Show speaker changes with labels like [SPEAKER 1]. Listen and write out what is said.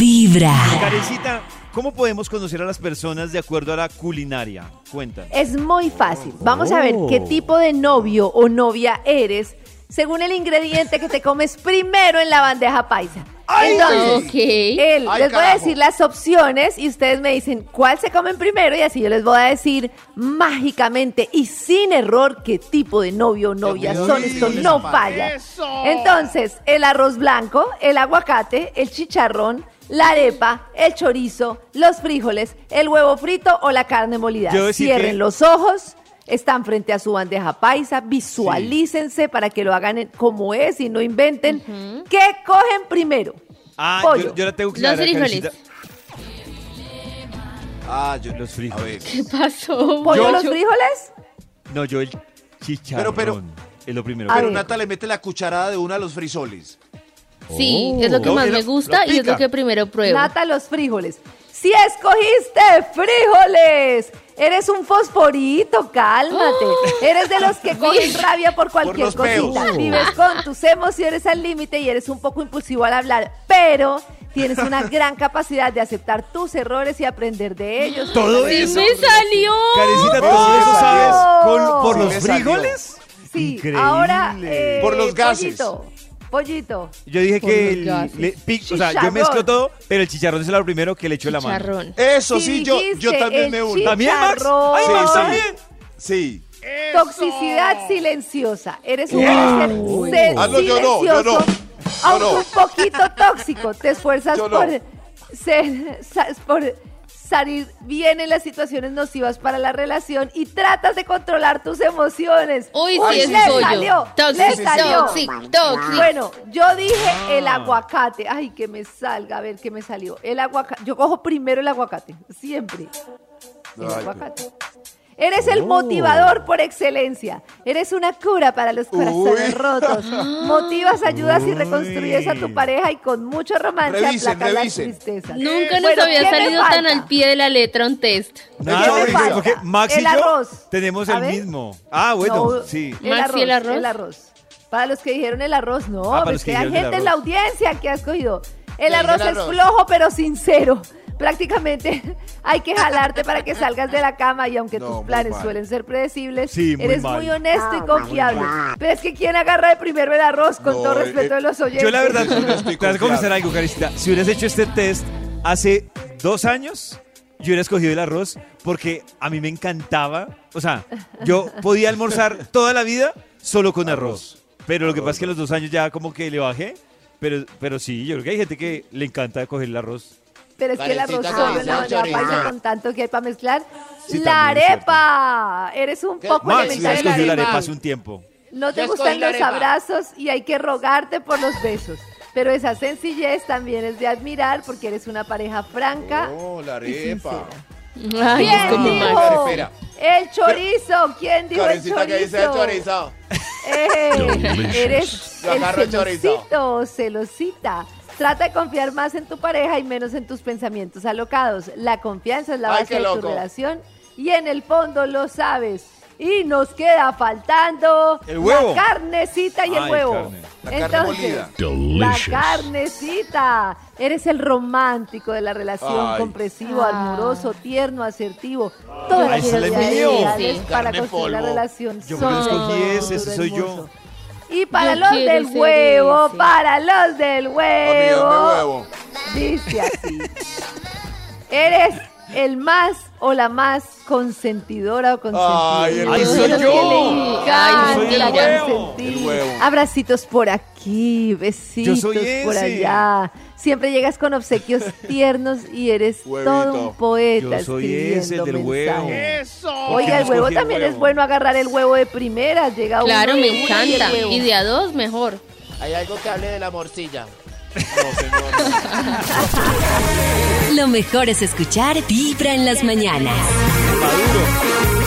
[SPEAKER 1] Vibra.
[SPEAKER 2] Karencita, ¿cómo podemos conocer a las personas de acuerdo a la culinaria? Cuéntanos.
[SPEAKER 3] Es muy fácil. Vamos a ver
[SPEAKER 4] Oh.
[SPEAKER 3] qué tipo de novio o novia eres según el ingrediente que te comes primero en la bandeja paisa.
[SPEAKER 2] ¡Ay!
[SPEAKER 3] Entonces,
[SPEAKER 5] Ok.
[SPEAKER 3] él-
[SPEAKER 4] Ay,
[SPEAKER 3] les voy a
[SPEAKER 4] carajo.
[SPEAKER 3] decir las opciones y ustedes me dicen cuál se comen primero y así yo les voy a decir mágicamente y sin error qué tipo de novio o novia
[SPEAKER 4] Dios
[SPEAKER 3] son.
[SPEAKER 4] mío,
[SPEAKER 3] Esto
[SPEAKER 4] les
[SPEAKER 3] no
[SPEAKER 4] pa-
[SPEAKER 3] falla.
[SPEAKER 4] ¡Eso!
[SPEAKER 3] Entonces, el arroz blanco, el aguacate, el chicharrón, la arepa, el chorizo, los frijoles, el huevo frito o la carne molida.
[SPEAKER 2] Yo decir
[SPEAKER 3] Cierren
[SPEAKER 2] que-
[SPEAKER 3] los ojos. Están frente a su bandeja paisa, visualícense para que lo hagan en- como es y no inventen. ¿Qué cogen primero?
[SPEAKER 2] Ah,
[SPEAKER 3] Pollo.
[SPEAKER 2] yo, yo la tengo que
[SPEAKER 5] Los
[SPEAKER 2] saber a
[SPEAKER 5] frijoles.
[SPEAKER 2] Karencita.
[SPEAKER 4] Ah, yo.
[SPEAKER 2] Los
[SPEAKER 4] A
[SPEAKER 2] frijoles.
[SPEAKER 4] ver.
[SPEAKER 5] ¿Qué pasó?
[SPEAKER 3] ¿Pollo
[SPEAKER 5] Yo-
[SPEAKER 3] los frijoles?
[SPEAKER 2] No, yo el chicharrón.
[SPEAKER 4] Pero, pero-
[SPEAKER 2] es lo primero.
[SPEAKER 3] A
[SPEAKER 2] que-
[SPEAKER 4] Pero
[SPEAKER 3] ver.
[SPEAKER 4] Nata le mete la cucharada de una a los frisoles.
[SPEAKER 5] Sí, es lo que
[SPEAKER 3] Oh.
[SPEAKER 2] Lo-
[SPEAKER 5] más
[SPEAKER 2] lo-
[SPEAKER 5] me
[SPEAKER 2] lo
[SPEAKER 5] gusta y es
[SPEAKER 2] pica.
[SPEAKER 5] lo que primero pruebo.
[SPEAKER 3] Nata los frijoles. Si escogiste frijoles, eres un fosforito, cálmate. Eres de los que cogen rabia por cualquier
[SPEAKER 4] los peos.
[SPEAKER 3] cosita.
[SPEAKER 4] Oh.
[SPEAKER 3] Vives con tus emociones al límite y eres un poco impulsivo al hablar, pero tienes una gran capacidad de aceptar tus errores y aprender de ellos.
[SPEAKER 2] Todo
[SPEAKER 5] ¡Sí
[SPEAKER 2] eso.
[SPEAKER 5] me salió!
[SPEAKER 2] Karencita, todo
[SPEAKER 4] Oh.
[SPEAKER 2] eso sabes con- por
[SPEAKER 3] Sí
[SPEAKER 2] los
[SPEAKER 4] me salió.
[SPEAKER 2] frijoles.
[SPEAKER 3] Sí,
[SPEAKER 2] Increíble.
[SPEAKER 3] ahora eh,
[SPEAKER 4] Por los gases.
[SPEAKER 3] Pollito, pollito.
[SPEAKER 2] Yo dije
[SPEAKER 5] Por
[SPEAKER 2] que
[SPEAKER 5] los
[SPEAKER 2] el,
[SPEAKER 5] gases.
[SPEAKER 2] le- pic- o sea, yo
[SPEAKER 3] Chicharrón.
[SPEAKER 2] mezclo todo, pero el chicharrón es lo primero que le echo la mano.
[SPEAKER 5] Charrón.
[SPEAKER 3] Eh,
[SPEAKER 4] Eso
[SPEAKER 3] Si
[SPEAKER 4] sí, yo, yo
[SPEAKER 3] dijiste
[SPEAKER 4] también
[SPEAKER 3] el
[SPEAKER 4] me uno.
[SPEAKER 3] chicharrón.
[SPEAKER 2] ¿También, Max? ¡Ay,
[SPEAKER 4] Sí,
[SPEAKER 2] Max,
[SPEAKER 4] sí.
[SPEAKER 2] también!
[SPEAKER 4] Sí.
[SPEAKER 3] Toxicidad silenciosa. Eres un
[SPEAKER 4] Uy.
[SPEAKER 3] ser
[SPEAKER 4] Ah, no, yo no,
[SPEAKER 3] silencioso,
[SPEAKER 4] yo no.
[SPEAKER 3] aunque
[SPEAKER 4] no.
[SPEAKER 3] un poquito tóxico. Te esfuerzas
[SPEAKER 4] Yo no.
[SPEAKER 3] por ser- sa- por salir bien en las situaciones nocivas para la relación y tratas de controlar tus emociones.
[SPEAKER 5] Uy, sí,
[SPEAKER 3] le
[SPEAKER 5] ese soy
[SPEAKER 3] salió,
[SPEAKER 5] yo.
[SPEAKER 3] le
[SPEAKER 5] Toxic,
[SPEAKER 3] salió.
[SPEAKER 5] toxic, toxic.
[SPEAKER 3] Bueno, yo dije
[SPEAKER 4] Ah.
[SPEAKER 3] el aguacate. Ay, que me salga, a ver qué me salió. El aguacate. Yo cojo primero el aguacate, siempre. El
[SPEAKER 4] Ay, Oh.
[SPEAKER 3] aguacate. Eres el motivador por excelencia. Eres una cura para los corazones
[SPEAKER 4] Uy.
[SPEAKER 3] rotos. Motivas, ayudas y
[SPEAKER 2] Uy.
[SPEAKER 3] reconstruyes a tu pareja y con mucho romance
[SPEAKER 4] Revisen,
[SPEAKER 3] aplacas
[SPEAKER 4] revisen.
[SPEAKER 3] las tristezas.
[SPEAKER 5] Nunca nos
[SPEAKER 3] Bueno,
[SPEAKER 5] había
[SPEAKER 3] ¿qué me
[SPEAKER 5] salido tan
[SPEAKER 3] falta?
[SPEAKER 5] al pie de la letra un test.
[SPEAKER 2] Nada,
[SPEAKER 4] Yo me
[SPEAKER 2] porque-
[SPEAKER 4] falta.
[SPEAKER 2] porque Max y
[SPEAKER 3] El
[SPEAKER 2] yo
[SPEAKER 3] arroz.
[SPEAKER 2] tenemos
[SPEAKER 3] A
[SPEAKER 2] el
[SPEAKER 3] ver.
[SPEAKER 2] mismo. Ah, bueno,
[SPEAKER 3] No,
[SPEAKER 2] sí.
[SPEAKER 3] El
[SPEAKER 5] Max
[SPEAKER 3] arroz,
[SPEAKER 5] y el arroz.
[SPEAKER 3] el arroz. Para los que dijeron el arroz, no,
[SPEAKER 2] Ah, para
[SPEAKER 3] pues
[SPEAKER 2] los que
[SPEAKER 3] que hay
[SPEAKER 2] dijeron el
[SPEAKER 3] gente en la
[SPEAKER 2] arroz.
[SPEAKER 3] audiencia que ha escogido. El
[SPEAKER 4] Que
[SPEAKER 3] arroz
[SPEAKER 4] dice el
[SPEAKER 3] es
[SPEAKER 4] arroz.
[SPEAKER 3] flojo pero sincero. Prácticamente hay que jalarte para que salgas de la cama y aunque
[SPEAKER 4] No,
[SPEAKER 3] tus
[SPEAKER 4] muy
[SPEAKER 3] planes
[SPEAKER 4] mal.
[SPEAKER 3] suelen ser predecibles,
[SPEAKER 2] Sí, muy
[SPEAKER 3] eres
[SPEAKER 2] mal.
[SPEAKER 3] muy honesto y confiable. Pero es que ¿quién agarra de primero el arroz? Con
[SPEAKER 4] No,
[SPEAKER 3] todo
[SPEAKER 4] eh,
[SPEAKER 3] respeto de los oyentes.
[SPEAKER 2] Yo la verdad,
[SPEAKER 4] no estoy
[SPEAKER 2] te voy a confesar
[SPEAKER 4] confiado.
[SPEAKER 2] algo, Karencita. Si hubieras hecho este test hace dos años, yo hubiera escogido el arroz porque a mí me encantaba. O sea, yo podía almorzar toda la vida solo con arroz. Pero lo que pasa es que a los dos años ya como que le bajé. Pero, pero sí, yo creo que hay gente que le encanta coger el arroz.
[SPEAKER 3] Pero es que el arroz
[SPEAKER 4] Karencita,
[SPEAKER 3] solo en la
[SPEAKER 4] Karencita,
[SPEAKER 3] bandeja paisa
[SPEAKER 4] Karencita.
[SPEAKER 3] con tanto que hay para mezclar.
[SPEAKER 2] Ah. Sí,
[SPEAKER 3] ¡La
[SPEAKER 2] también es
[SPEAKER 3] arepa! Eres un
[SPEAKER 4] ¿Qué?
[SPEAKER 3] poco
[SPEAKER 2] Max,
[SPEAKER 3] elemental
[SPEAKER 2] hubieras
[SPEAKER 3] en la
[SPEAKER 2] escogido la
[SPEAKER 3] arepa.
[SPEAKER 2] arepa hace un tiempo.
[SPEAKER 3] No te
[SPEAKER 4] Ya
[SPEAKER 3] gustan
[SPEAKER 4] escogí la
[SPEAKER 3] los
[SPEAKER 4] arepa.
[SPEAKER 3] abrazos y hay que rogarte por los besos. Pero esa sencillez también es de admirar porque eres una pareja franca.
[SPEAKER 4] Oh, la
[SPEAKER 3] y sincera.
[SPEAKER 4] arepa.
[SPEAKER 5] Ay,
[SPEAKER 3] ¿Quién
[SPEAKER 5] es como
[SPEAKER 3] dijo?
[SPEAKER 5] Max.
[SPEAKER 4] Espera.
[SPEAKER 3] El chorizo. ¿Quién dijo el chorizo?
[SPEAKER 4] Karencita que dice el chorizo.
[SPEAKER 3] Eh, eres
[SPEAKER 4] Yo
[SPEAKER 3] el
[SPEAKER 4] agarro el chorizo.
[SPEAKER 3] celosito, celosita. Trata de confiar más en tu pareja y menos en tus pensamientos alocados. La confianza es la
[SPEAKER 4] Ay,
[SPEAKER 3] base
[SPEAKER 4] qué
[SPEAKER 3] de tu
[SPEAKER 4] loco.
[SPEAKER 3] relación y en el fondo lo sabes. Y nos queda faltando
[SPEAKER 2] El huevo.
[SPEAKER 3] la carnecita y
[SPEAKER 2] Ay,
[SPEAKER 3] el huevo.
[SPEAKER 2] carne.
[SPEAKER 4] La carne molida.
[SPEAKER 6] Delicious.
[SPEAKER 3] La carnecita. Eres el romántico de la relación,
[SPEAKER 4] Ay.
[SPEAKER 3] compresivo,
[SPEAKER 5] Ah.
[SPEAKER 3] amoroso, tierno, asertivo. Todas las
[SPEAKER 2] ese es el mío.
[SPEAKER 3] habilidades
[SPEAKER 5] Sí.
[SPEAKER 3] para
[SPEAKER 4] Carne
[SPEAKER 3] construir la
[SPEAKER 4] polvo.
[SPEAKER 3] relación.
[SPEAKER 2] Yo por eso
[SPEAKER 3] son
[SPEAKER 2] escogí ese, ese
[SPEAKER 3] duro,
[SPEAKER 2] soy yo.
[SPEAKER 3] hermoso. Y para
[SPEAKER 5] Yo
[SPEAKER 3] los
[SPEAKER 5] quiero
[SPEAKER 3] del
[SPEAKER 5] ser
[SPEAKER 3] huevo,
[SPEAKER 5] ese.
[SPEAKER 3] para los del
[SPEAKER 4] Amigo,
[SPEAKER 3] huevo,
[SPEAKER 4] me huevo.
[SPEAKER 3] dice así. Eres el más o la más consentidora o consentida.
[SPEAKER 4] Ay, el
[SPEAKER 2] Ay,
[SPEAKER 4] huevo.
[SPEAKER 2] soy
[SPEAKER 3] Los que
[SPEAKER 2] yo.
[SPEAKER 3] le
[SPEAKER 5] Ay, soy
[SPEAKER 3] encanta
[SPEAKER 5] el huevo.
[SPEAKER 3] consentir.
[SPEAKER 4] El huevo.
[SPEAKER 3] Abracitos por aquí, besitos
[SPEAKER 2] Yo soy
[SPEAKER 3] por
[SPEAKER 2] ese.
[SPEAKER 3] allá. Siempre llegas con obsequios tiernos y eres
[SPEAKER 4] Huevito.
[SPEAKER 3] todo un poeta.
[SPEAKER 2] Yo soy ese, el del
[SPEAKER 3] escribiendo
[SPEAKER 2] huevo.
[SPEAKER 3] mensajes.
[SPEAKER 2] ¿Por qué
[SPEAKER 3] Oiga, el
[SPEAKER 2] no
[SPEAKER 3] huevo
[SPEAKER 2] escogí el
[SPEAKER 3] también es
[SPEAKER 2] huevo?
[SPEAKER 3] bueno agarrar el huevo de primera. Llega
[SPEAKER 5] Claro,
[SPEAKER 3] uno
[SPEAKER 5] me
[SPEAKER 3] de una y el
[SPEAKER 5] encanta.
[SPEAKER 3] huevo.
[SPEAKER 5] Y de a dos, mejor.
[SPEAKER 7] Hay algo que hable de la morcilla.
[SPEAKER 4] No, señor.
[SPEAKER 1] Lo mejor es escuchar Vibra en las mañanas.
[SPEAKER 2] Maduro.